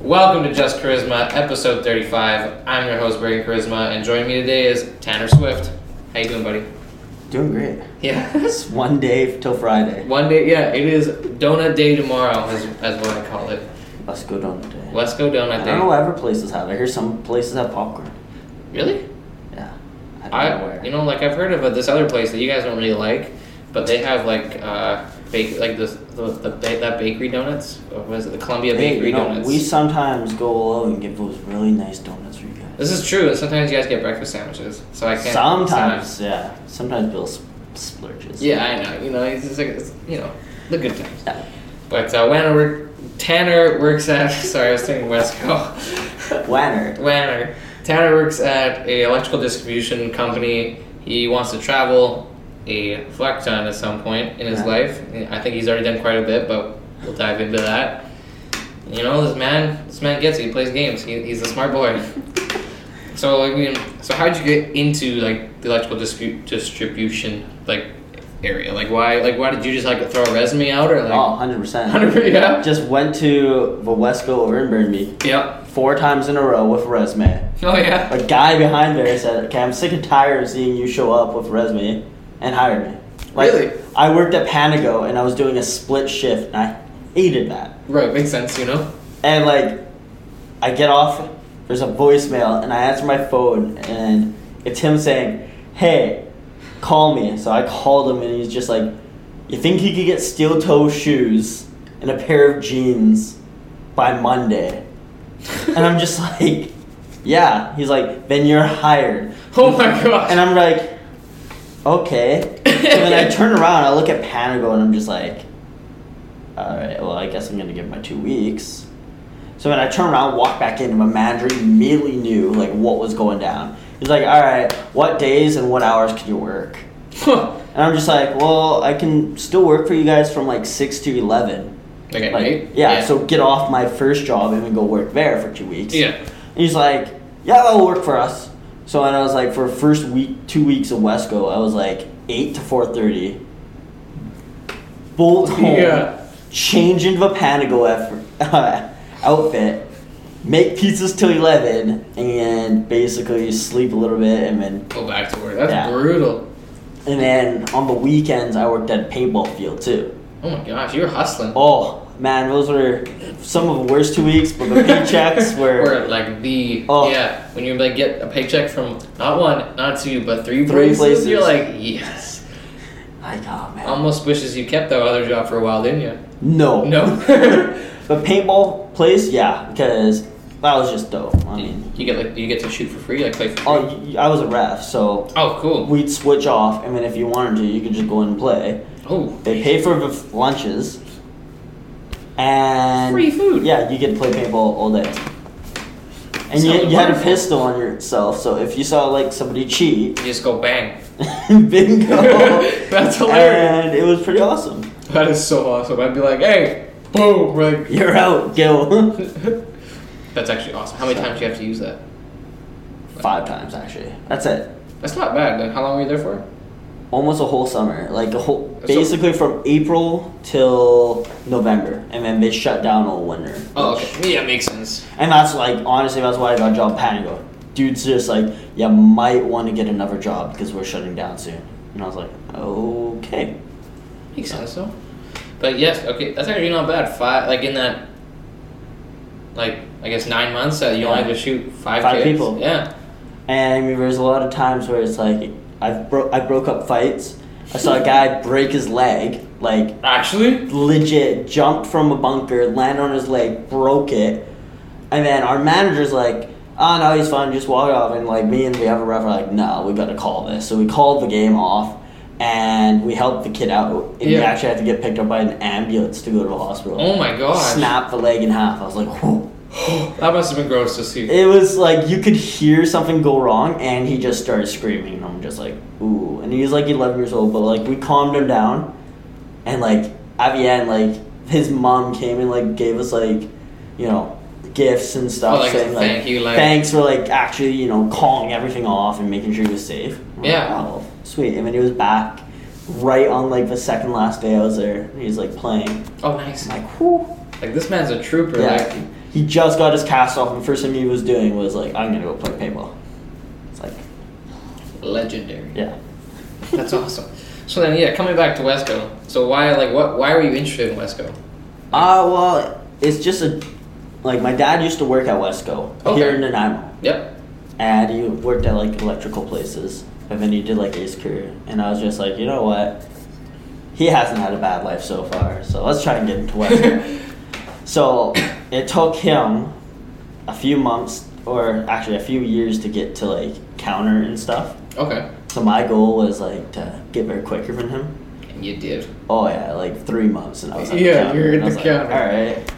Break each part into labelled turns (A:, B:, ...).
A: Welcome to Just Charisma, episode 35. I'm your host, Braden Charisma, and joining me today is Tanner Swift. How you doing, buddy?
B: Doing great.
A: Yes.
B: It's one day till Friday.
A: One day, yeah, it is donut day tomorrow, is, as what I call it.
B: Let's go donut day.
A: Let's go
B: I
A: donut
B: don't know
A: day.
B: why other places have. it. I hear some places have popcorn.
A: Really?
B: Yeah. I don't know
A: I,
B: where.
A: you know, like I've heard of uh, this other place that you guys don't really like, but they have like, uh, bake, like this, the, the, ba- that bakery donuts. Or was it the Columbia
B: hey,
A: Bakery
B: you know,
A: donuts?
B: we sometimes go low and get those really nice donuts for you guys.
A: this is true. and Sometimes you guys get breakfast sandwiches, so I can't.
B: Sometimes, yeah. Sometimes Bill sp- splurges.
A: Yeah, I know. You know, it's just like it's, you know the good times.
B: Yeah.
A: But uh, Wanner, Tanner works at. Sorry, I was thinking Wesco.
B: Wanner.
A: Wanner. Tanner works at a electrical distribution company. He wants to travel a fuck ton at some point in his
B: Yeah.
A: life. I think he's already done quite a bit, but we'll dive into that. You know, this man, this man gets it. He plays games. He, he's a smart boy. So like, I mean, so how'd you get into like the electrical dispute distribution like area? Like why like why did you just like throw a resume out or like
B: Oh, 100%.
A: hundred yeah
B: Just went to the Wesco over in Burnaby
A: yeah
B: four times in a row with a resume.
A: oh yeah
B: A guy behind there said, "Okay, I'm sick and tired of seeing you show up with resume," and hired me.
A: Really?
B: I worked at Panago and I was doing a split shift, and I hated that.
A: right makes sense you know
B: And like, I get off. There's a voicemail, and I answer my phone, and it's him saying, "Hey, call me." So I called him, and he's just like, "You think you could get steel toe shoes and a pair of jeans by Monday?" And I'm just like, "Yeah." He's like, "Then you're hired."
A: oh my god
B: And I'm like, okay. And then I turn around, I look at Panago, and I'm just like, all right, well, I guess I'm gonna give my two weeks. So then I turn around, walk back in, and my manager immediately knew like what was going down. He's like, all right, what days and what hours can you work? And I'm just like, well, I can still work for you guys from like six to eleven.
A: okay
B: Like,
A: right
B: yeah, so get off my first job and then go work there for two weeks.
A: yeah
B: And he's like, yeah, that'll work for us. So and I was like, for first week, two weeks of Wesco, I was like eight to four thirty. Bolt home,
A: Yeah.
B: change into a Panago effort, outfit, make pizzas till eleven, and basically sleep a little bit, and then
A: go back to work that's
B: Yeah.
A: brutal
B: and then on the weekends I worked at a paintball field too.
A: oh my gosh you were hustling
B: Oh man, those were some of the worst two weeks, but the paychecks
A: Were like the
B: Oh.
A: yeah when you like get a paycheck from not one not two but three,
B: Three
A: places, you're like
B: places.
A: yes
B: like oh man,
A: almost wishes you kept that other job for a while didn't you
B: no,
A: no
B: The paintball place, yeah, because that was just dope. I mean,
A: You get like you get to shoot for free, like play for free.
B: oh, y- y- I was a ref, so
A: oh, cool.
B: we'd switch off, and then if you wanted to, you could just go in and play.
A: Oh,
B: They pay for the f- lunches, and
A: Free food.
B: Yeah, you get to play paintball all day. And
A: Sounds
B: you, you had a
A: wonderful.
B: pistol on yourself, so if you saw like somebody cheat,
A: you just go bang.
B: bingo.
A: That's hilarious.
B: And it was pretty awesome.
A: That is so awesome. I'd be like, hey, boom, like.
B: You're out, Gil.
A: That's actually awesome. How many times do you have to use that?
B: Five times actually. That's it.
A: That's not bad. Then how long were you there for?
B: almost a whole summer, like a whole,
A: So-
B: basically from April till November, and then they shut down all winter.
A: Oh,
B: which-
A: okay. Yeah, makes sense.
B: And that's like honestly, that's why I got a job at Panago. Dude's just like, you might want to get another job because we're shutting down soon. And I was like, okay.
A: Makes sense though. But yes, okay, that's actually not bad. Five, like in that, like I guess nine months that you only
B: Yeah.
A: have to shoot five.
B: Five
A: kids.
B: people.
A: Yeah.
B: And I mean, there's a lot of times where it's like, I broke, I broke up fights. I saw a guy break his leg, like
A: Actually.
B: legit jumped from a bunker, landed on his leg, broke it, and then our manager's like, "Oh no, he's fine, just walk off." And like me and the other ref are like, "No, we gotta call this." So we called the game off, and we helped the kid out. And
A: Yeah.
B: he actually had to get picked up by an ambulance to go to the hospital.
A: Oh my gosh.
B: Snapped the leg in half. I was like, "Whoa."
A: That must have been gross to see.
B: It was like you could hear something go wrong, and he just started screaming. And I'm just like, ooh. And he was like 11 years old, but like we calmed him down, and like at the end, like his mom came and like gave us like, you know, gifts and stuff,
A: Oh, like,
B: saying like,
A: thank you, like-
B: thanks for like actually you know calling everything off and making sure he was safe. I'm like,
A: Yeah.
B: "Oh, sweet. And then he was back right on like the second last day I was there. and He was like playing.
A: Oh, nice.
B: I'm like, whoo.
A: Like this man's a trooper.
B: Yeah.
A: Like
B: He just got his cast off, and the first thing he was doing was like, "I'm gonna go play paintball." It's like,
A: Legendary.
B: yeah.
A: That's awesome. So then, yeah, coming back to Wesco. So why, like, what? Why were you interested in Wesco?
B: Uh, well, it's just a like my dad used to work at Wesco here
A: Okay.
B: in Nanaimo,
A: Yep.
B: and he worked at like electrical places, but then he did like Ace Career, and I was just like, you know what? He hasn't had a bad life so far, so let's try and get into Wesco. so it took him a few months, or actually a few years, to get to like counter and stuff.
A: okay.
B: So my goal was like to get there quicker than him.
A: And you did.
B: Oh yeah, like three months, and I was on
A: Yeah,
B: the counter.
A: you were at
B: and I
A: the
B: was
A: counter.
B: Like, All right,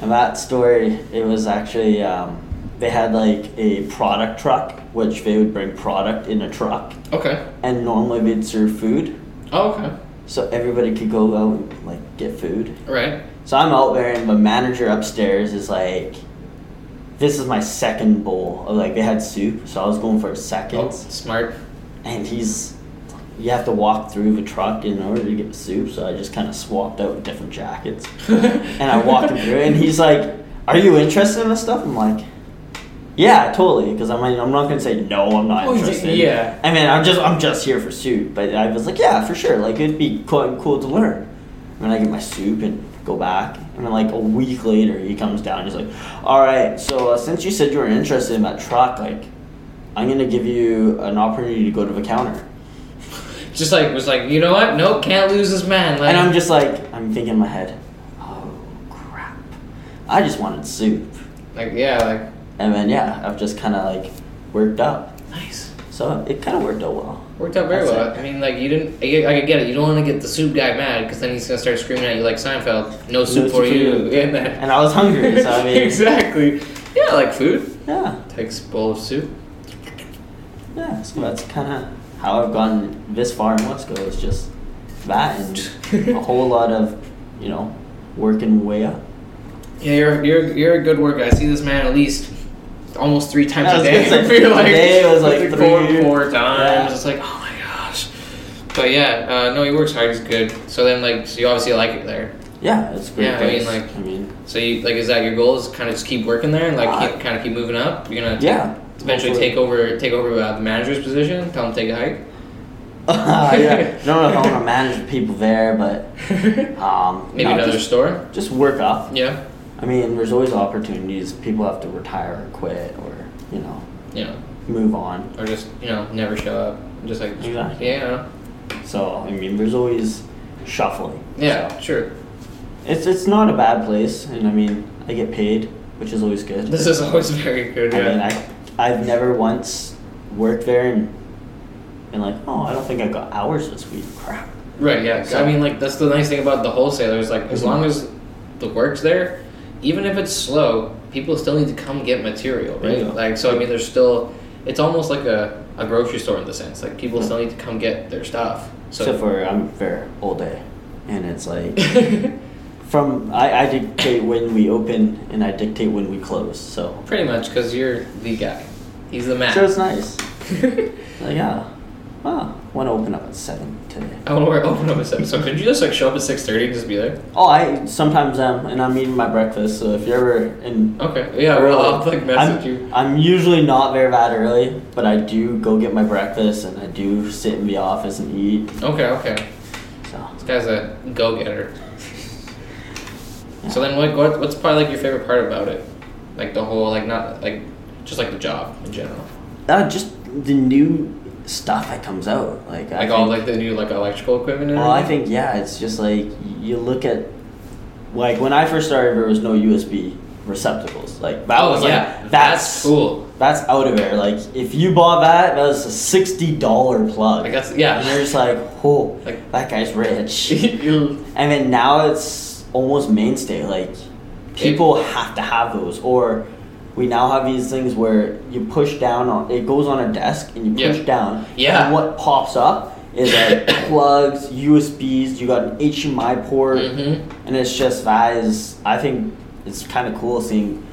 B: and that story, it was actually um, they had like a product truck, which they would bring product in a truck,
A: Okay.
B: and normally they'd serve food,
A: Oh, okay.
B: so everybody could go out and like get food.
A: All right.
B: So I'm out there, and the manager upstairs is like, "This is my second bowl." Of, like they had soup, so I was going for
A: Oh,
B: seconds
A: smart.
B: and he's you have to walk through the truck in order to get soup so i just kind of swapped out different jackets
A: and
B: and i walked him through and he's like are you interested in this stuff i'm like yeah totally because i'm like i'm not gonna say no i'm not
A: Oh, y-
B: interested
A: yeah.
B: i mean i'm just i'm just here for soup but i was like yeah for sure like it'd be cool, cool to learn and then i get my soup and go back and then like a week later he comes down he's like all right so uh, since you said you were interested in that truck like i'm gonna give you an opportunity to go to the counter
A: Just like was like, you know what? Nope, can't lose this man. Like,
B: And I'm just like, I'm thinking in my head, oh crap. I just wanted soup.
A: like yeah,
B: And then, yeah, I've just kind of like worked up.
A: like nice.
B: So it kind of worked out well.
A: Worked out very
B: That's
A: well.
B: it.
A: I mean, like you didn't. I get, I get it. You don't want to get the soup guy mad because then he's gonna start screaming at you like Seinfeld. No soup
B: soup
A: for
B: for
A: you.
B: you.
A: Yeah, man.
B: And I was hungry, so I mean,
A: exactly. Yeah, I like food.
B: yeah,
A: Takes a bowl of soup.
B: yeah. So that's kind of how I've gotten this far in Wesco. It's just that and a whole lot of, you know, working way up.
A: Yeah, you're you're you're a good worker. I see this man at least almost three times
B: I
A: a
B: was
A: day.
B: gonna say,
A: You're
B: today was like
A: four
B: three.
A: four times.
B: Yeah.
A: It's like oh my gosh. But yeah, uh, no, he works hard. He's good. So then, like, so you obviously like it there.
B: Yeah, it's a great.
A: Yeah, I mean,
B: place.
A: like-
B: I mean,
A: So you like, is that your goal? Is kind of just keep working there and like
B: Uh,
A: keep, kind of keep moving up? You're gonna
B: yeah.
A: eventually
B: hopefully.
A: take over take over uh, the manager's position. Tell him to take a
B: Uh, yeah. I don't know if I want to manage the people there, but
A: hike.
B: um,
A: Maybe
B: no,
A: another
B: just-
A: store.
B: just work up.
A: Yeah,
B: I mean, there's always opportunities. People have to retire or quit or, you know,
A: you know,
B: move on.
A: or just you know never show up. Just like
B: Exactly.
A: yeah,
B: So, I mean, there's always shuffling.
A: yeah,
B: So,
A: sure.
B: it's, it's not a bad place. And I mean, I get paid, which is always good.
A: This is always very good.
B: I
A: Yeah.
B: mean, I, I've never once worked there and been like, oh, I don't think I got hours this week. Crap.
A: Right. Yeah.
B: So-
A: I mean, like that's the nice thing about the wholesalers. Like, as
B: Mhm.
A: long as the work's there, even if it's slow, people still need to come get material,
B: There you
A: right?
B: go.
A: Like, so I mean, there's still. It's almost like a, a grocery store in the sense. Like, people still need to come get their stuff.
B: Except
A: So.
B: Mm-hmm. for I'm there all day. And it's like, from, I, I dictate when we open and I dictate when we close. So,
A: Pretty much, because you're the guy. He's the man.
B: so it's nice.
A: I
B: Like, yeah. Wow. Want to open up at 7 today.
A: want to wear open up at seven. So could you just like show up at six thirty and just be there?
B: Oh, I sometimes am, and I'm eating my breakfast, so if you're ever in.
A: Okay. Yeah. Well, I'll like message
B: I'm,
A: you.
B: I'm usually not there that early, but I do go get my breakfast and I do sit in the office and eat.
A: Okay. Okay.
B: So,
A: This guy's a go getter. So then, what, what what's probably like your favorite part about it? Like the whole like not like just like the job in general.
B: uh, just the new stuff that comes out. Like, I
A: Like all
B: think-
A: like the new like electrical equipment. And
B: Well, I
A: everything?
B: think yeah, it's just like you look at like when I first started, there was no USB receptacles. Like that
A: oh
B: was
A: yeah,
B: like,
A: that's, cool.
B: That's out of there. Like if you bought that, that was a sixty dollar plug.
A: Like that's yeah.
B: And you're just like, oh,
A: Like-
B: that guy's rich.
A: You-
B: and then now it's almost mainstay. Like people have to have those, or we now have these things where you push down on it goes on a desk and you
A: Yeah.
B: push down.
A: Yeah.
B: And what pops up is like plugs, USBs. You got an HDMI port
A: Mhm.
B: and it's just that is I think it's kind of cool seeing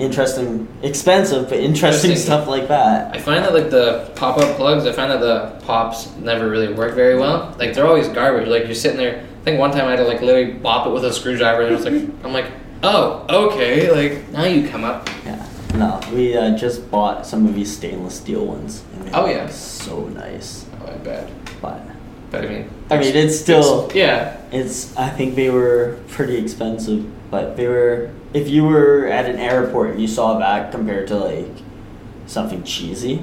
B: interesting, expensive but interesting,
A: Interesting.
B: stuff like that.
A: I find that like the pop up plugs, I find that the pops never really work very well. Like they're always garbage. Like you're sitting there. I think one time I had to like literally bop it with a screwdriver, and it was like I'm like oh, okay, like now you come up.
B: Yeah. No, we uh, just bought some of these stainless steel ones. and they
A: Oh,
B: look
A: yeah.
B: So nice,
A: Oh, I bet.
B: but
A: But I mean,
B: I mean it's still
A: yeah.
B: it's. I think they were pretty expensive, but they were. If you were at an airport and you saw that compared to like something cheesy,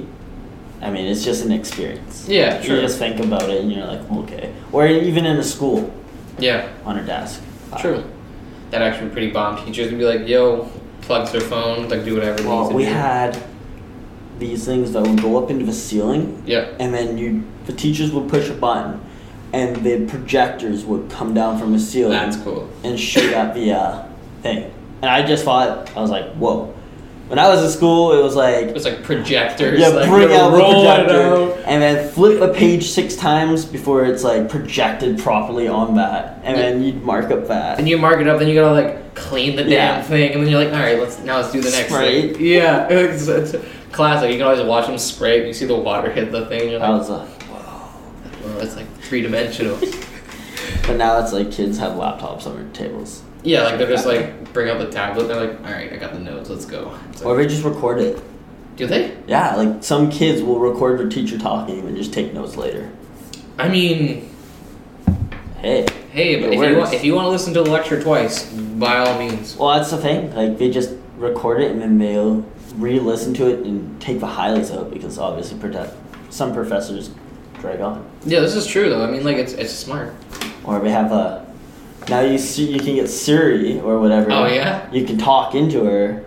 B: I mean it's just an experience.
A: Yeah, sure.
B: You just think about it and you're like, okay. Or even in a school
A: Yeah,
B: on a desk. Wow.
A: true. That actually pretty bomb. Teachers would be like, yo, plugs their phone, like do whatever. they need
B: Well,
A: to
B: we
A: do.
B: had these things that would go up into the ceiling,
A: Yeah.
B: and then you, the teachers would push a button, and the projectors would come down from the ceiling
A: That's cool.
B: and shoot at the uh, thing. And I just thought, I was like, whoa. When I was in school, it was like,
A: It was like projectors.
B: yeah,
A: like,
B: bring
A: you
B: out the
A: roll it
B: projector,
A: out.
B: and then flip a page six times before it's like projected properly on that, and
A: Yeah.
B: then you'd mark up that.
A: Then you mark it up. Then you gotta like clean the
B: Yeah.
A: damn thing, and then you're like, all right, let's now let's do the next
B: Spray.
A: thing. Yeah, it's, it's classic. You can always watch them spray. You see the water hit the thing. You're
B: I
A: like,
B: was like,
A: well, it's like three dimensional.
B: but now it's like kids have laptops on their tables.
A: yeah, like they're just like bring out the tablet. They're like, all right, I got the notes. Let's go. It's
B: Or
A: like,
B: they just record it.
A: do they?
B: Yeah, like some kids will record their teacher talking and just take notes later.
A: I mean,
B: Hey.
A: hey,
B: It
A: but if you,
B: works.
A: want, if you want to listen to the lecture twice, by all means.
B: Well, that's the thing. Like they just record it and then they'll re-listen to it and take the highlights out because obviously protect some professors drag on.
A: Yeah, this is true though. I mean, like it's it's smart.
B: Or we have a now you see you can get Siri or whatever.
A: Oh, yeah?
B: You can talk into her,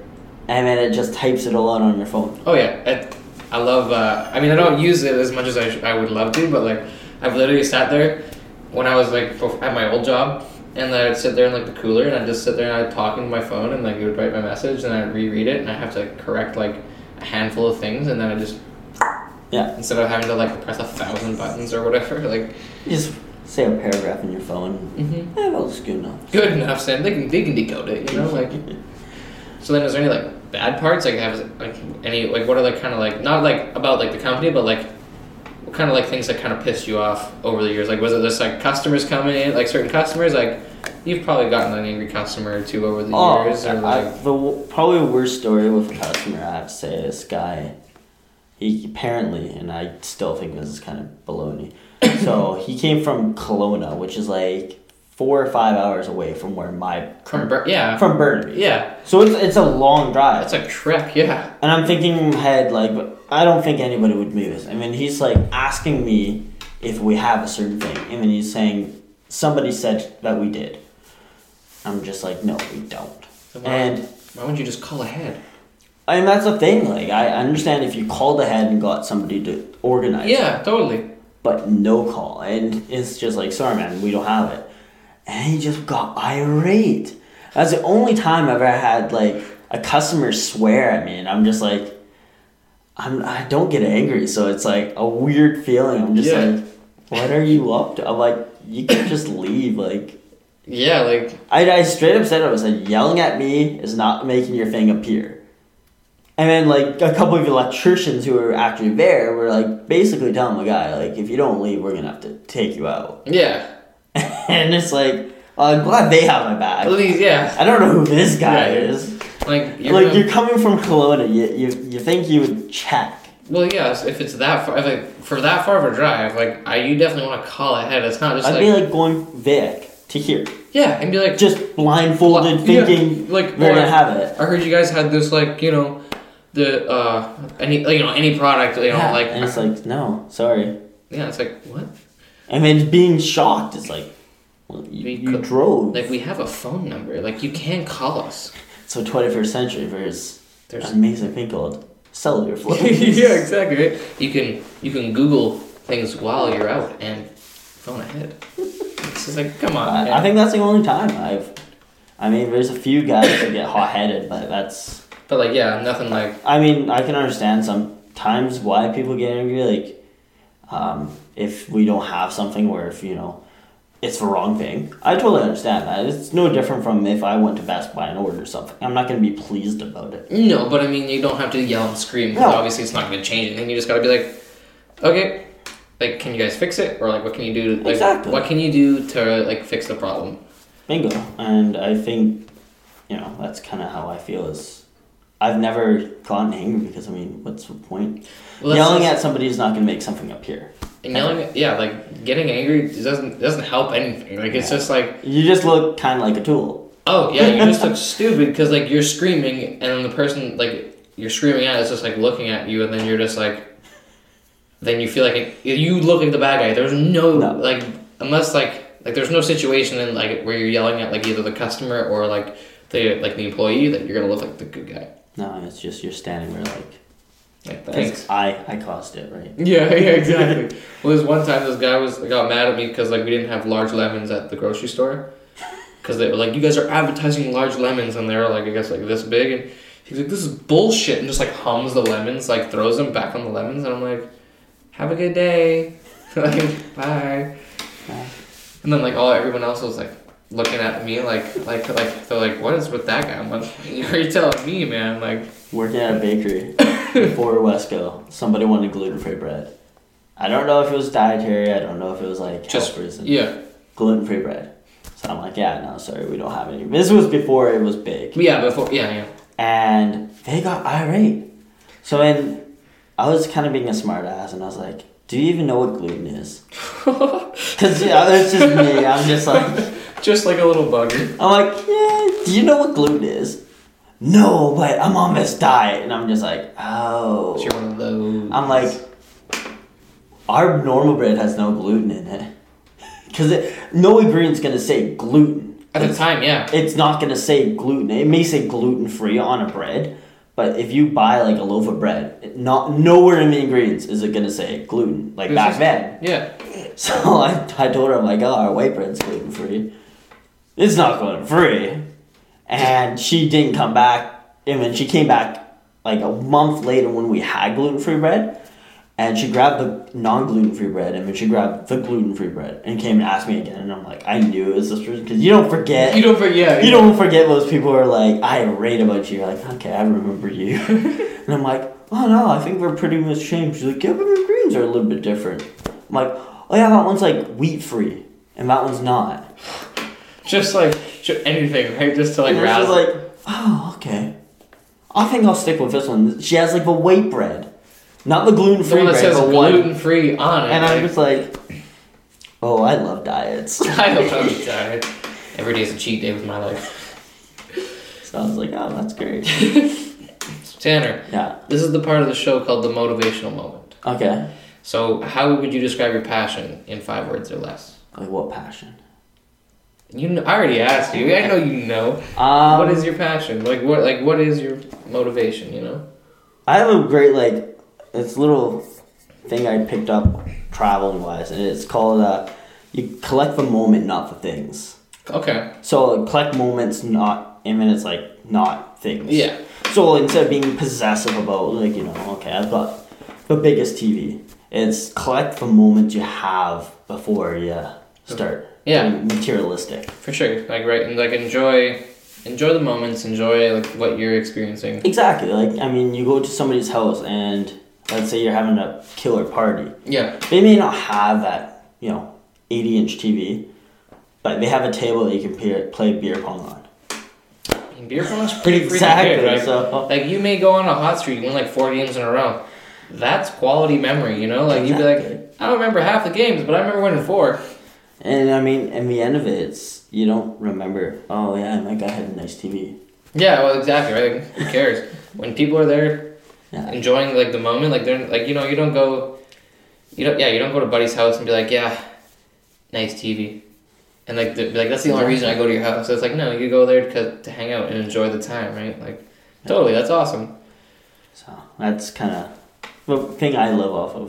B: and then it just types it all out on your phone.
A: Oh yeah, I, I love. Uh, I mean, I don't use it as much as I, sh- I would love to, but like I've literally sat there when I was like bef- at my old job, and then I'd sit there in like the cooler, and I'd just sit there and I'd talk into my phone, and like it would write my message, and I'd reread it, and I have to like, correct like a handful of things, and then I just
B: Yeah,
A: instead of having to like press a thousand buttons or whatever, like
B: you just say a paragraph in your phone.
A: mhm.
B: Eh, well, it's good enough.
A: good enough, Sam. They can they can decode it, you know, like. So then, is there any like bad parts? Like, have like any like what are like kind of like not like about like the company, but like what kind of like things that kind of pissed you off over the years? Like, was it just like customers coming in, like certain customers? Like, you've probably gotten an angry customer or two over the
B: Oh,
A: years, or
B: I-
A: like,
B: the w- probably worst story with a customer I have to say this guy. He apparently, and I still think this is kind of baloney. so he came from Kelowna, which is like four or five hours away from where my
A: from Bur- yeah,
B: from Burnaby.
A: yeah,
B: So it's it's a long drive,
A: that's a trek, yeah,
B: and I'm thinking in my head like, I don't think anybody would do this. I mean, he's like asking me if we have a certain thing, and then he's saying somebody said that we did. I'm just like, no, we don't.
A: So why-
B: And
A: Why wouldn't you just call ahead?
B: I mean, that's the thing. Like, I understand if you called ahead and got somebody to organize,
A: Yeah, totally.
B: but no call. And it's just like, sorry, man, we don't have it. And he just got irate. That's the only time I've ever had, like, a customer swear at me. And I'm just like, I'm, I don't get angry. So it's like a weird feeling. I'm just
A: Yeah.
B: like, what are you up to? I'm like, you can just leave. Like,
A: Yeah, like
B: I, I straight up said it. I was like, yelling at me is not making your thing appear. And then like a couple of electricians who were actually there were like basically telling the guy like, if you don't leave, we're gonna have to take you out.
A: yeah,
B: and it's like, I'm glad they have my
A: at
B: back.
A: least yeah,
B: I don't know who this guy
A: Yeah.
B: is.
A: like you're
B: like
A: gonna-
B: you're coming from Kelowna, you, you you think you would check?
A: Well, yes. If it's that far, if, like for that far of a drive, like I, you definitely want to call ahead. It's not just
B: I'd
A: like,
B: be like going Vic to here,
A: yeah, and be like,
B: just
A: Well,
B: blindfolded,
A: yeah,
B: thinking
A: like,
B: we're
A: or-
B: gonna have it.
A: I heard you guys had this like you know, the uh any like, you know any product you know
B: Yeah,
A: like
B: and it's like no, sorry.
A: yeah it's like what
B: And then being shocked is like, well, you,
A: We
B: you
A: could-
B: drove.
A: like we have a phone number like you can call us.
B: so 21st century versus
A: There's
B: an amazing thing called cellular phone.
A: yeah exactly right. You can you can Google things while you're out and phone ahead. It's just like come on.
B: I, I
A: man.
B: think that's the only time I've. I mean, there's a few guys that get hot headed, but that's.
A: but like yeah, nothing like
B: I mean, I can understand sometimes why people get angry. Like, um, if we don't have something, or if, you know, it's the wrong thing. I totally understand that. It's no different from if I went to Best Buy and ordered something. I'm not going to be pleased about it.
A: No, but I mean, you don't have to yell and scream because
B: No.
A: obviously it's not going to change anything. You just got to be like, okay, like, can you guys fix it, or like, what can you do? Like,
B: Exactly.
A: What can you do to like fix the problem?
B: Bingo. And I think you know, that's kind of how I feel. Is I've never gotten angry because I mean, what's the point?
A: Well, that's-
B: Yelling at somebody is not going to make something appear.
A: And yelling, at- yeah, like getting angry it doesn't it doesn't help anything. Like it's
B: Yeah.
A: just like,
B: You just look kind of like a tool.
A: oh yeah, you just look stupid because like you're screaming and then the person like you're screaming at is just like looking at you and then you're just like, then you feel like it, you look at the bad guy. There's no,
B: No.
A: like unless like like there's no situation in like where you're yelling at like either the customer or like the like the employee that you're gonna look like the good guy.
B: No, it's just you're standing there like,
A: Like
B: 'cause
A: thanks.
B: I I caused it, right?
A: Yeah, yeah, exactly. well, this one time, this guy was got mad at me because like we didn't have large lemons at the grocery store, because they were like, "You guys are advertising large lemons," and they're like, I guess like this big, and he's like, "This is bullshit," and just like hums the lemons, like throws them back on the lemons, and I'm like, "Have a good day, like bye,"
B: Bye.
A: and then like all everyone else was like looking at me like like like they're like, "What is with that guy?" I'm like, "You're telling me, man," like.
B: Working at a bakery before Wesco, somebody wanted gluten free bread. I don't know if it was dietary. I don't know if it was like
A: Just-
B: helpers and
A: Yeah,
B: gluten free bread. So I'm like, yeah, no, sorry, we don't have any. This was before it was big,
A: yeah, before, yeah, yeah.
B: and they got irate. So then I was kind of being a smartass, and I was like, do you even know what gluten is? Because yeah, it's just me. I'm just like,
A: Just like a little bugger.
B: I'm like, yeah. Do you know what gluten is? No, but I'm on this diet, and I'm just like, oh.
A: You're one of those.
B: I'm like, our normal bread has no gluten in it. Because no ingredient's going to say gluten.
A: at the time, yeah.
B: It's not going to say gluten. It may say gluten free on a bread, but if you buy like a loaf of bread, it not nowhere in the ingredients is it going to say gluten, like
A: It's
B: back
A: just-
B: then.
A: Yeah.
B: So I, I told her, I'm like, oh, our white bread's gluten free. It's not gluten free. And she didn't come back. And then she came back like a month later when we had gluten free bread. And she grabbed the non gluten free bread and then she grabbed the gluten free bread and came and asked me again. And I'm like, I knew it was this person. Because you don't forget.
A: You don't forget. Yeah,
B: You don't forget those people who are like, I rate about you. You're like, okay, I remember you. and I'm like, oh no, I think we're pretty much changed. She's like, yeah, but the greens are a little bit different. I'm like, oh yeah, that one's like wheat free, and that one's not.
A: Just like ju- anything, right? Just to like
B: and then she's
A: rouse.
B: like, oh okay. I think I'll stick with this one. She has like the white bread, not the gluten
A: the
B: free
A: one that
B: bread,
A: says
B: but
A: gluten
B: one.
A: free on it.
B: And
A: like,
B: I'm just like, oh, I love diets.
A: I don't know. I'm sorry. Every day's a cheat day with my life.
B: so I was like, oh, that's great.
A: Tanner,
B: Yeah.
A: this is the part of the show called the motivational moment.
B: Okay.
A: So, how would you describe your passion in five words or less?
B: Like what passion?
A: You know, I already asked you. I know you know.
B: Um,
A: what is your passion? Like what? Like what is your motivation? You know.
B: I have a great like this little thing I picked up traveling wise, and it's called uh, you collect the moment, not the things.
A: Okay.
B: So like, collect moments, not and then it's like not things.
A: Yeah.
B: So instead of being possessive about like you know okay I've got the biggest TV, it's collect the moments you have before you start.
A: Yeah.
B: being Materialistic.
A: For sure, like right, and like enjoy, enjoy the moments, enjoy like what you're experiencing.
B: Exactly. Like I mean, you go to somebody's house and let's say you're having a killer party.
A: Yeah,
B: they may not have that, you know, 80 inch TV, but they have a table that you can peer, play beer pong on.
A: and beer pong's pretty freaking
B: Exactly,
A: good, right?
B: so-
A: Like you may go on a hot streak, win like four games in a row. That's quality memory, you know. Like you'd be
B: Exactly.
A: like, I don't remember half the games, but I remember winning four.
B: And I mean, in the end of it, it's, you don't remember, oh yeah, my guy had a nice TV.
A: Yeah, well, exactly, right? Like, who cares? When people are there
B: Yeah.
A: enjoying like the moment, like they're like you know you don't go, you don't yeah you don't go to buddy's house and be like yeah, nice TV, and like they'd be like that's the only reason I go to your house. So it's like no, you go there to to hang out and enjoy the time, right? Like totally, that's awesome.
B: So that's kind of the thing I live off of.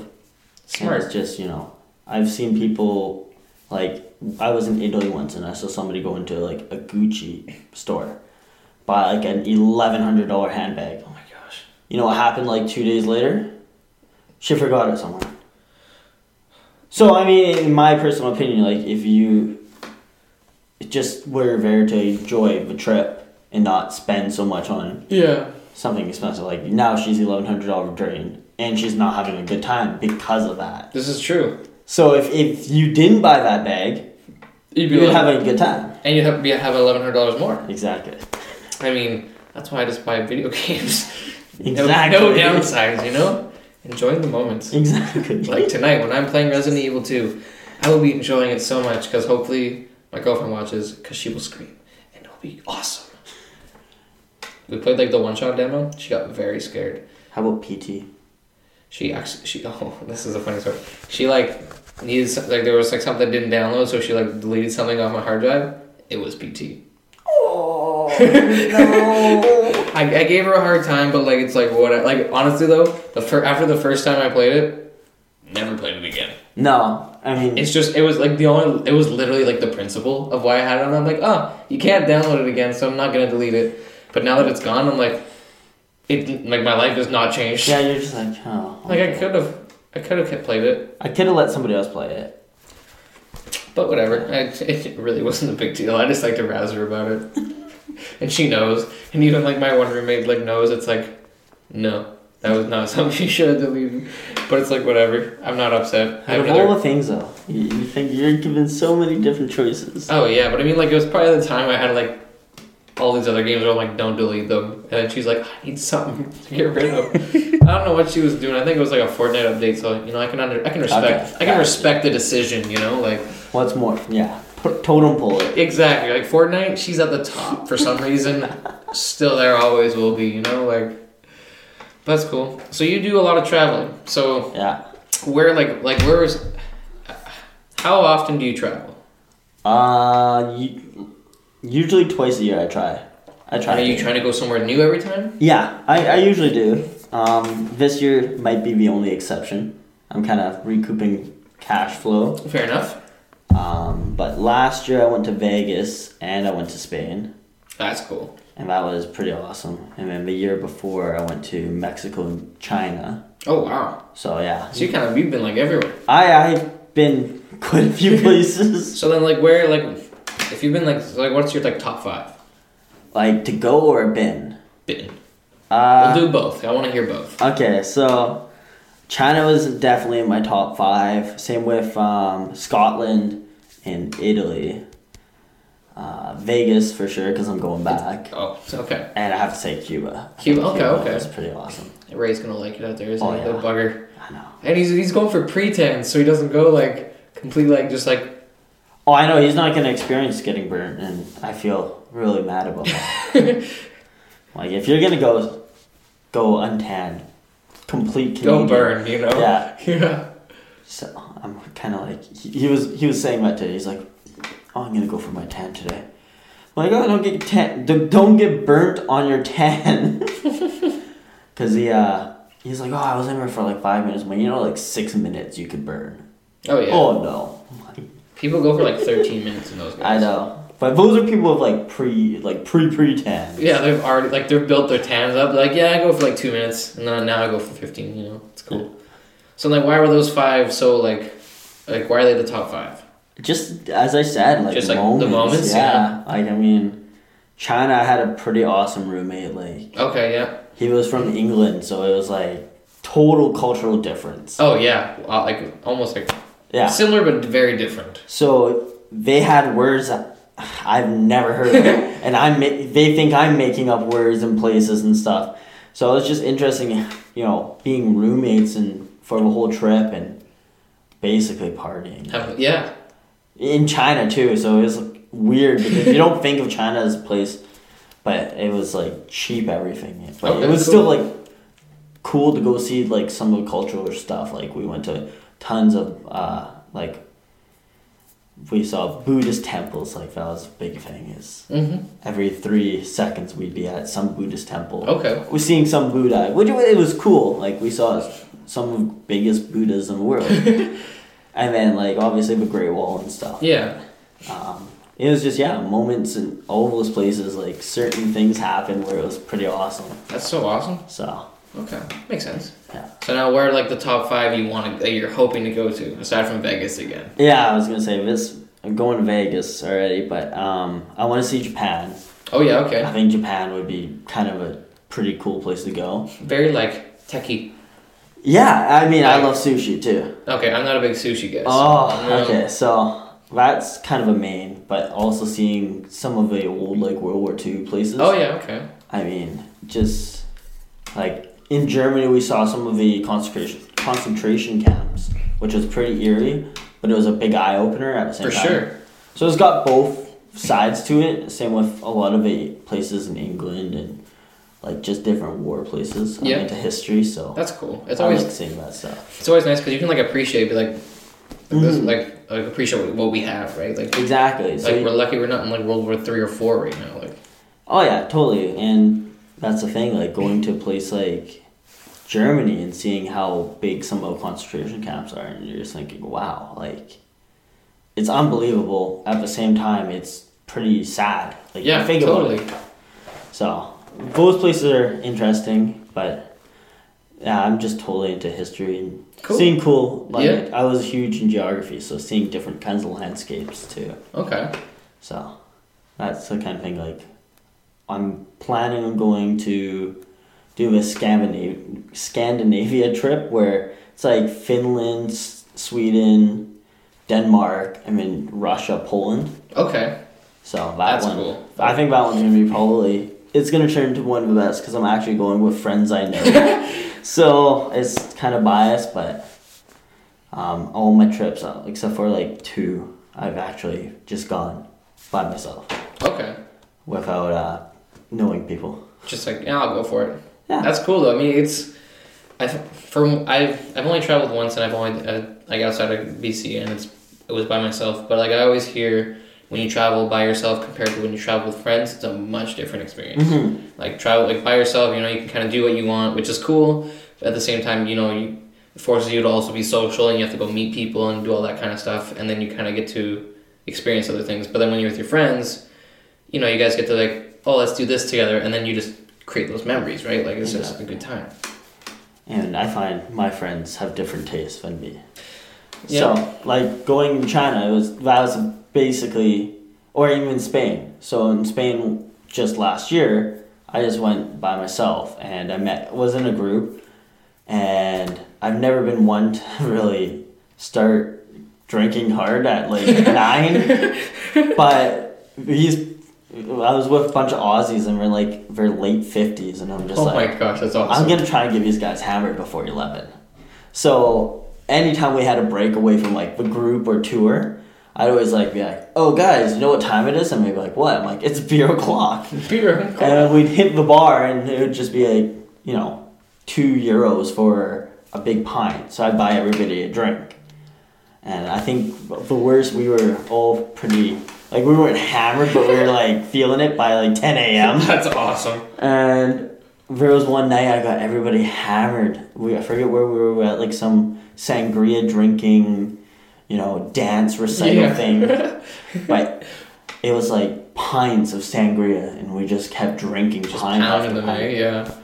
B: And
A: Smart.
B: It's just, you know, I've seen people, like, I was in Italy once and I saw somebody go into, like, a Gucci store, buy, like, an $1,100 handbag.
A: Oh my gosh.
B: You know what happened like two days later? She forgot it somewhere. So I mean, in my personal opinion, like if you just were there to enjoy the trip and not spend so much on
A: Yeah.
B: something expensive, like now she's eleven hundred dollar drain and she's not having a good time because of that.
A: This is true.
B: So if, if you didn't buy that bag,
A: You'd
B: you would
A: like-
B: have a good time.
A: and you'd have, be have eleven hundred dollars more.
B: Exactly.
A: I mean, that's why I just buy video games. No-
B: Exactly.
A: No, downsides, you know? Enjoying the moments.
B: Exactly.
A: Like tonight, when I'm playing Resident Evil 2, I will be enjoying it so much because hopefully my girlfriend watches because she will scream and it'll be awesome. We played like the one shot demo. She got very scared.
B: How about PT?
A: she actually she oh this is a funny story she like needed some, like there was like something that didn't download so she like deleted something off my hard drive it was pt
B: Oh no!
A: i, I gave her a hard time but like it's like what I, like honestly though the fir- after the first time i played it never played it again
B: no, I mean
A: it's just it was like the only it was literally like the principle of why i had it and i'm like oh you can't download it again so i'm not gonna delete it but now that it's gone i'm like it like my life has not changed
B: yeah, you're just like oh.
A: like i could have i could have kept played it
B: I could have let somebody else play it.
A: But whatever, I, it really wasn't a big deal. I just like to razz her about it, and she knows. And even like my one roommate like knows. It's like, no, that was not something you should have deleted. But it's like whatever. I'm not upset. I
B: Out
A: have
B: of all
A: another.
B: the things though, you, you think you're given so many different choices.
A: Oh yeah, but I mean like it was probably the time I had like all these other games where I'm like, don't delete them. And then she's like, I need something to get rid of. I don't know what she was doing. I think it was like a Fortnite update. So you know, I can under, I can respect, I
B: Okay.
A: can respect the decision. You know, like.
B: What's more? Yeah, P- totem pole it.
A: Exactly. Like Fortnite, she's at the top for some reason. Still there, always will be, you know? Like, that's cool. So you do a lot of traveling. So
B: Yeah.
A: where, like, like where is, how often do you travel?
B: Uh, you, usually twice a year I try. I try.
A: Are you
B: to.
A: trying to go somewhere new every time?
B: Yeah, I, I usually do. Um, this year might be the only exception. I'm kind of recouping cash flow.
A: Fair enough.
B: Um, but last year I went to Vegas and I went to Spain,
A: That's cool.
B: and that was pretty awesome. And then the year before I went to Mexico and China.
A: Oh, wow.
B: So yeah,
A: So you kind of, you've been like everywhere.
B: I I've been quite a few places.
A: So then, like, where, like, if you've been, like, so, like what's your, like, top five?
B: like to go or been.
A: Been.
B: Uh,
A: we'll do both. I want to hear both.
B: Okay, so China was definitely in my top five. Same with um, Scotland and Italy. Uh, Vegas for sure because I'm going back,
A: Oh, okay.
B: and I have to say Cuba. I
A: Cuba,
B: think
A: okay, okay.
B: was pretty awesome.
A: Ray's going to like it out there, isn't
B: Oh,
A: he? The
B: yeah.
A: bugger.
B: I know.
A: And he's, he's going for pretense, so he doesn't go like complete like just like
B: Oh, I know he's not gonna experience getting burnt, and I feel really mad about that. like if you're gonna go, go untanned, complete.
A: don't
B: Canadian.
A: burn, you know.
B: Yeah.
A: Yeah.
B: So I'm kind of like he, he was. He was saying that today. He's like, "Oh, I'm gonna go for my tan today." I'm like, "Oh, don't get tan. d- Don't get burnt on your tan." Cause he uh, he's like, "Oh, I was in there for like five minutes." I'm like, you know, like six minutes you could burn.
A: Oh yeah.
B: Oh no, I'm like,
A: People go for like 13 minutes in those
B: I
A: guys.
B: know. But those are people with like pre, like pre pre tan.
A: Yeah, they've already like they've built their tans up. Like yeah, I go for like two minutes, and then now I go for 15. You know, it's cool. So like, why were those five so like, like why are they the top five?
B: Just as I said, like
A: Just, like, the
B: moments,
A: moments,
B: Yeah. Like I mean, China I had a pretty awesome roommate. Like
A: Okay, yeah.
B: He was from England, so it was like total cultural difference.
A: Oh yeah, wow, like almost like
B: Yeah.
A: similar but very different.
B: So they had words that I've never heard of, and I'm ma- they think I'm making up words and places and stuff. So it was just interesting, you know, being roommates and for the whole trip and basically partying
A: Have- Yeah,
B: in China too. So it was weird because you don't think of China as a place, but it was like cheap everything. But
A: Okay,
B: it was
A: cool.
B: still like cool to go see like some of the cultural stuff. Like we went to tons of uh, like we saw Buddhist temples. Like that was a big thing. Is
A: hmm
B: every three seconds we'd be at some Buddhist temple.
A: Okay.
B: We're seeing some Buddha, which it was cool. Like we saw some of the biggest Buddhas in the world. And then, like obviously, the Great Wall and stuff.
A: Yeah.
B: Um, it was just yeah, moments in all those places. Like certain things happened where it was pretty awesome.
A: That's so awesome.
B: So
A: Okay, makes sense.
B: Yeah.
A: So now, where are, like the top five you want to that you're hoping to go to aside from Vegas again?
B: yeah, I was gonna say this. I'm going to Vegas already, but um, I want to see Japan.
A: Oh yeah,
B: I
A: okay.
B: think Japan would be kind of a pretty cool place to go.
A: Very like techie.
B: Yeah, I mean, I
A: Like-
B: love sushi too.
A: Okay, I'm not a big sushi guy. so,
B: Oh,
A: um,
B: okay, so that's kind of a main. like, but also seeing some of the old like World War II places.
A: Oh yeah, okay.
B: I mean, just like in Germany, we saw some of the concentration concentration camps, which was pretty eerie, but it was a big eye opener at the same
A: For
B: time.
A: sure.
B: So it's got both sides to it. Same with a lot of the places in England and like just different war places. I'm
A: Yeah.
B: into history, so
A: That's cool. It's
B: I
A: always
B: like seeing that stuff.
A: it's always nice because you can like appreciate, be like, like, this,
B: Mhm.
A: like, like appreciate what we have, right? Like,
B: Exactly. So
A: like
B: you-
A: we're lucky we're not in like World War Three or Four right now. Like,
B: Oh yeah, totally. And that's the thing, like going to a place like Germany and seeing how big some of the concentration camps are, and you're just thinking, wow, like it's unbelievable. At the same time, it's pretty sad. Like you
A: yeah,
B: think about it.
A: totally.
B: So both places are interesting, but yeah, I'm just totally into history and
A: Cool.
B: seeing cool. Like
A: Yeah.
B: I was huge in geography, so seeing different kinds of landscapes too.
A: Okay.
B: So that's the kind of thing like I'm planning on going to do a Scandinavia, Scandinavia trip where it's like Finland, S- Sweden, Denmark, I mean Russia, Poland.
A: Okay.
B: So that
A: That's
B: one,
A: cool.
B: I think that one's gonna be probably it's gonna turn into one of the best because I'm actually going with friends I know. so it's kind of biased, but um, all my trips uh, except for like two, I've actually just gone by myself
A: Okay.
B: without uh, knowing people.
A: Just like yeah, I'll go for it.
B: Yeah.
A: That's cool though. I mean, it's I from I've I've only traveled once and I've only uh, like outside of BC and it's it was by myself. But like I always hear when you travel by yourself compared to when you travel with friends, it's a much different experience.
B: Mhm.
A: Like travel like by yourself, you know, you can kind of do what you want, which is cool. But at the same time, you know, you, it forces you to also be social and you have to go meet people and do all that kind of stuff, and then you kind of get to experience other things. But then when you're with your friends, you know, you guys get to like, oh, let's do this together, and then you just create those memories, right? Like it's just a good time.
B: And I find my friends have different tastes than me.
A: Yeah.
B: So like going to China, it was that was basically, or even Spain. So in Spain, just last year, I just went by myself and I met was in a group, and I've never been one to really start drinking hard at like nine, but these. I was with a bunch of Aussies and we're like we're late fifties and I'm just
A: Oh
B: like
A: my gosh, that's awesome.
B: I'm gonna try and get these guys hammered before eleven. So anytime we had a break away from like the group or tour, I'd always like be like, "Oh guys, you know what time it is?" And they'd be like, "What?" I'm like, "It's beer o'clock."
A: Beer.
B: And then we'd hit the bar, and it would just be like, you know, two euros for a big pint. So I'd buy everybody a drink. And I think the worst, we were all pretty like we weren't hammered, but we were like feeling it by like ten a.m.
A: That's awesome.
B: And there was one night I got everybody hammered. We I forget where we were at, like some sangria drinking, you know, dance recital
A: Yeah.
B: thing. But it was like pints of sangria, and we just kept drinking just pint
A: Pound in
B: after
A: the
B: pint.
A: night, yeah.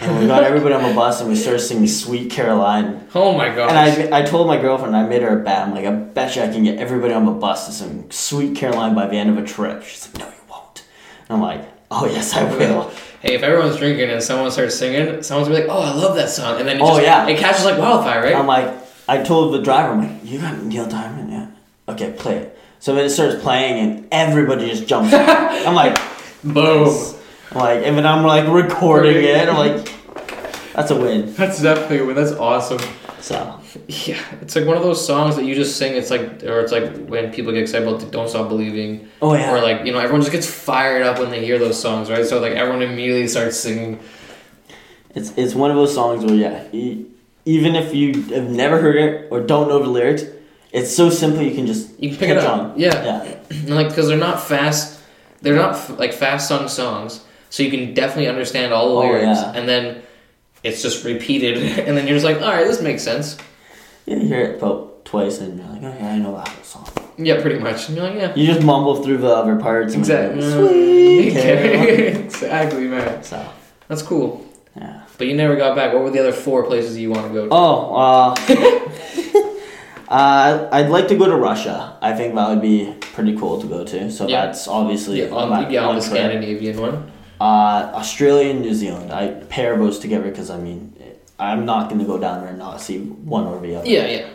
B: And we got everybody on the bus, and we started singing "Sweet Caroline."
A: Oh my gosh.
B: And I, I told my girlfriend, I made her a bet. I'm like, I bet you I can get everybody on the bus to sing "Sweet Caroline" by the end of a trip. She's like, No, you won't. And I'm like, Oh yes, I will.
A: Hey, if everyone's drinking and someone starts singing, someone's gonna be like, "Oh, I love that song," and then it
B: Oh,
A: just,
B: yeah.
A: it catches like wildfire, right?
B: I'm like, I told the driver, I'm like, you got Neil Diamond, yeah? Okay, play it. So then it starts playing and everybody just jumps. up. I'm like,
A: Boom.
B: I'm like, and then I'm like recording it. I'm like, that's a win.
A: That's definitely a win. That's awesome.
B: So
A: Yeah, it's like one of those songs that you just sing. It's like, or it's like when people get excited about "Don't Stop Believing,"
B: Oh, yeah.
A: or like you know, everyone just gets fired up when they hear those songs, right? So like everyone immediately starts singing.
B: it's it's one of those songs where yeah, e- even if you have never heard it or don't know the lyrics, it's so simple you can just
A: You can pick it
B: catch
A: up.
B: on.
A: Yeah.
B: yeah,
A: And, like because they're not fast they're not f- like fast sung songs so you can definitely understand all the
B: Oh,
A: lyrics
B: yeah.
A: and then it's just repeated and then you're just like all right this makes sense
B: you hear it about twice and you're like, okay, I know that whole song.
A: yeah pretty much and you're like yeah
B: You just mumble through the other parts. and you're like,
A: exactly Mm,
B: Sweet. Caroline."
A: exactly man
B: So
A: that's cool
B: yeah.
A: but you never got back what were the other four places you want to go to
B: Oh, uh, uh, I'd like to go to Russia. I think that would be pretty cool to go to. So
A: Yeah.
B: that's obviously
A: yeah,
B: on
A: on,
B: my
A: yeah, on
B: one
A: the
B: trip.
A: Scandinavian one.
B: Uh, Australia and New Zealand. I pair those together because I mean, I'm not gonna go down there and not see one or the other.
A: Yeah, yeah.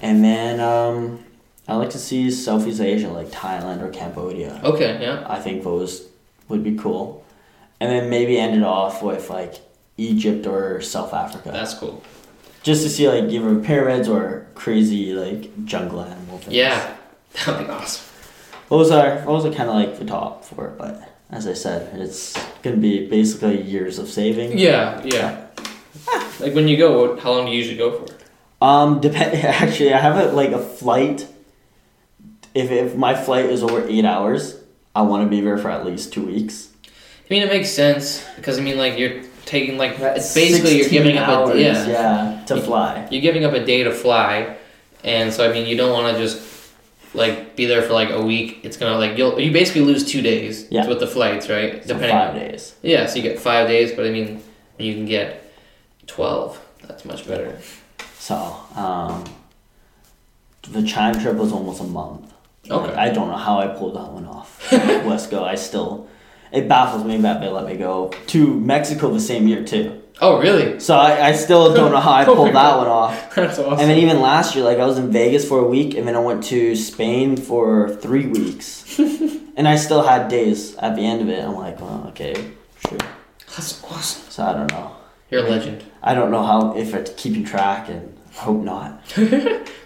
B: And then um, I like to see Southeast Asia, like Thailand or Cambodia.
A: Okay, yeah.
B: I think those would be cool. And then maybe end it off with like Egypt or South Africa.
A: That's cool.
B: just to see like either pyramids or crazy like jungle animal things.
A: Yeah. That'd be awesome.
B: Those are those are kinda like the top four, but as I said, it's gonna be basically years of saving.
A: Yeah, yeah.
B: Ah.
A: Like when you go, what- how long do you usually go for?
B: Um depend actually I have a, like a flight if if my flight is over eight hours, I wanna be there for at least two weeks.
A: I mean, it makes sense because I mean, like you're taking like it's basically you're
B: 16
A: giving up
B: hours,
A: a yeah,
B: yeah, to fly.
A: you're giving up a day to fly, and so I mean, you don't want to just like be there for like a week. It's gonna like you'll you basically lose two days
B: Yeah.
A: with the flights, right?
B: So
A: Depending,
B: five days.
A: yeah. So you get five days, but I mean, you can get twelve. That's much better.
B: So, um, the China trip was almost a month.
A: Okay.
B: Like, I don't know how I pulled that one off. Let's go. I still, it baffles me that they let me go to Mexico the same year too.
A: Oh, really?
B: So I, I still don't know how I
A: Oh my
B: pulled that
A: God.
B: one off.
A: That's awesome.
B: And then even last year, like I was in Vegas for a week, and then I went to Spain for three weeks, and I still had days at the end of it. I'm like, well, okay, sure.
A: That's awesome.
B: So I don't know.
A: You're a legend.
B: I don't know how if it's keeping track, and I hope not.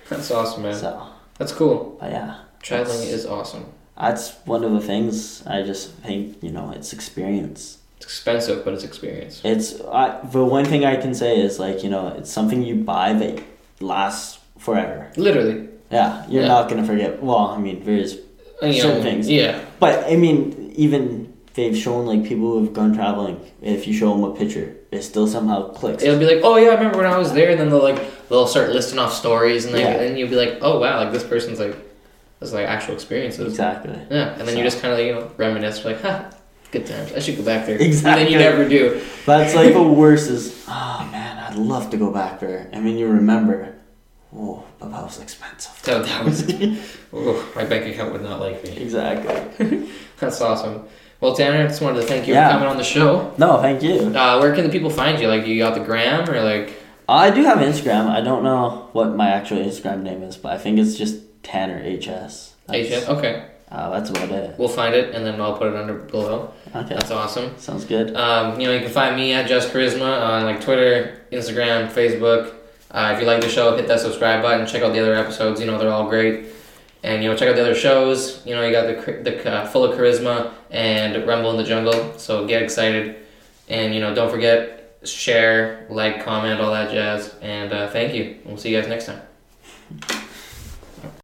A: That's awesome, man.
B: So,
A: That's cool.
B: but yeah.
A: Traveling
B: That's-
A: is awesome.
B: That's one of the things I just think, you know, it's experience.
A: It's expensive, but it's experience.
B: It's I, the one thing I can say is like, you know, it's something you buy that lasts forever.
A: Literally.
B: Yeah, you're
A: Yeah.
B: not going to forget. Well, I mean, there's
A: You
B: Certain
A: know,
B: things.
A: Yeah.
B: but I mean, even they've shown like people who've gone traveling, if you show them a picture, it still somehow clicks.
A: It'll be like, oh yeah, I remember when I was there, and then they'll like they'll start listing off stories, and like,
B: Yeah.
A: and you'll be like, oh wow, like this person's like, this is like actual experiences.
B: Exactly.
A: Yeah, and then you
B: So-
A: just kind of you know reminisce, like, ha, good times. I should go back there.
B: Exactly.
A: And then you never do.
B: That's like the worst is, oh man, I'd love to go back there. I mean, you remember, oh, but that was expensive.
A: So Oh, that was, ooh, my bank account would not like me.
B: Exactly.
A: That's awesome. Well, Tanner, I just wanted to thank you
B: Yeah.
A: for coming on the show.
B: No, thank you.
A: Uh, where can the people find you? Like, you got the gram or like?
B: I do have Instagram. I don't know what my actual Instagram name is, but I think it's just Tanner HS. That's,
A: HN? Okay,
B: Uh, that's about it.
A: we'll find it and then I'll put it under below.
B: Okay,
A: That's awesome.
B: sounds good.
A: Um, you know, you can find me at Just Charisma on like Twitter, Instagram, Facebook. Uh, if you like the show, hit that subscribe button. Check out the other episodes. You know, they're all great. And you know, check out the other shows. You know, you got the Char- the uh, Full of Charisma and Rumble in the Jungle. So get excited, and you know, don't forget share, like, comment, all that jazz. And uh, thank you. We'll see you guys next time.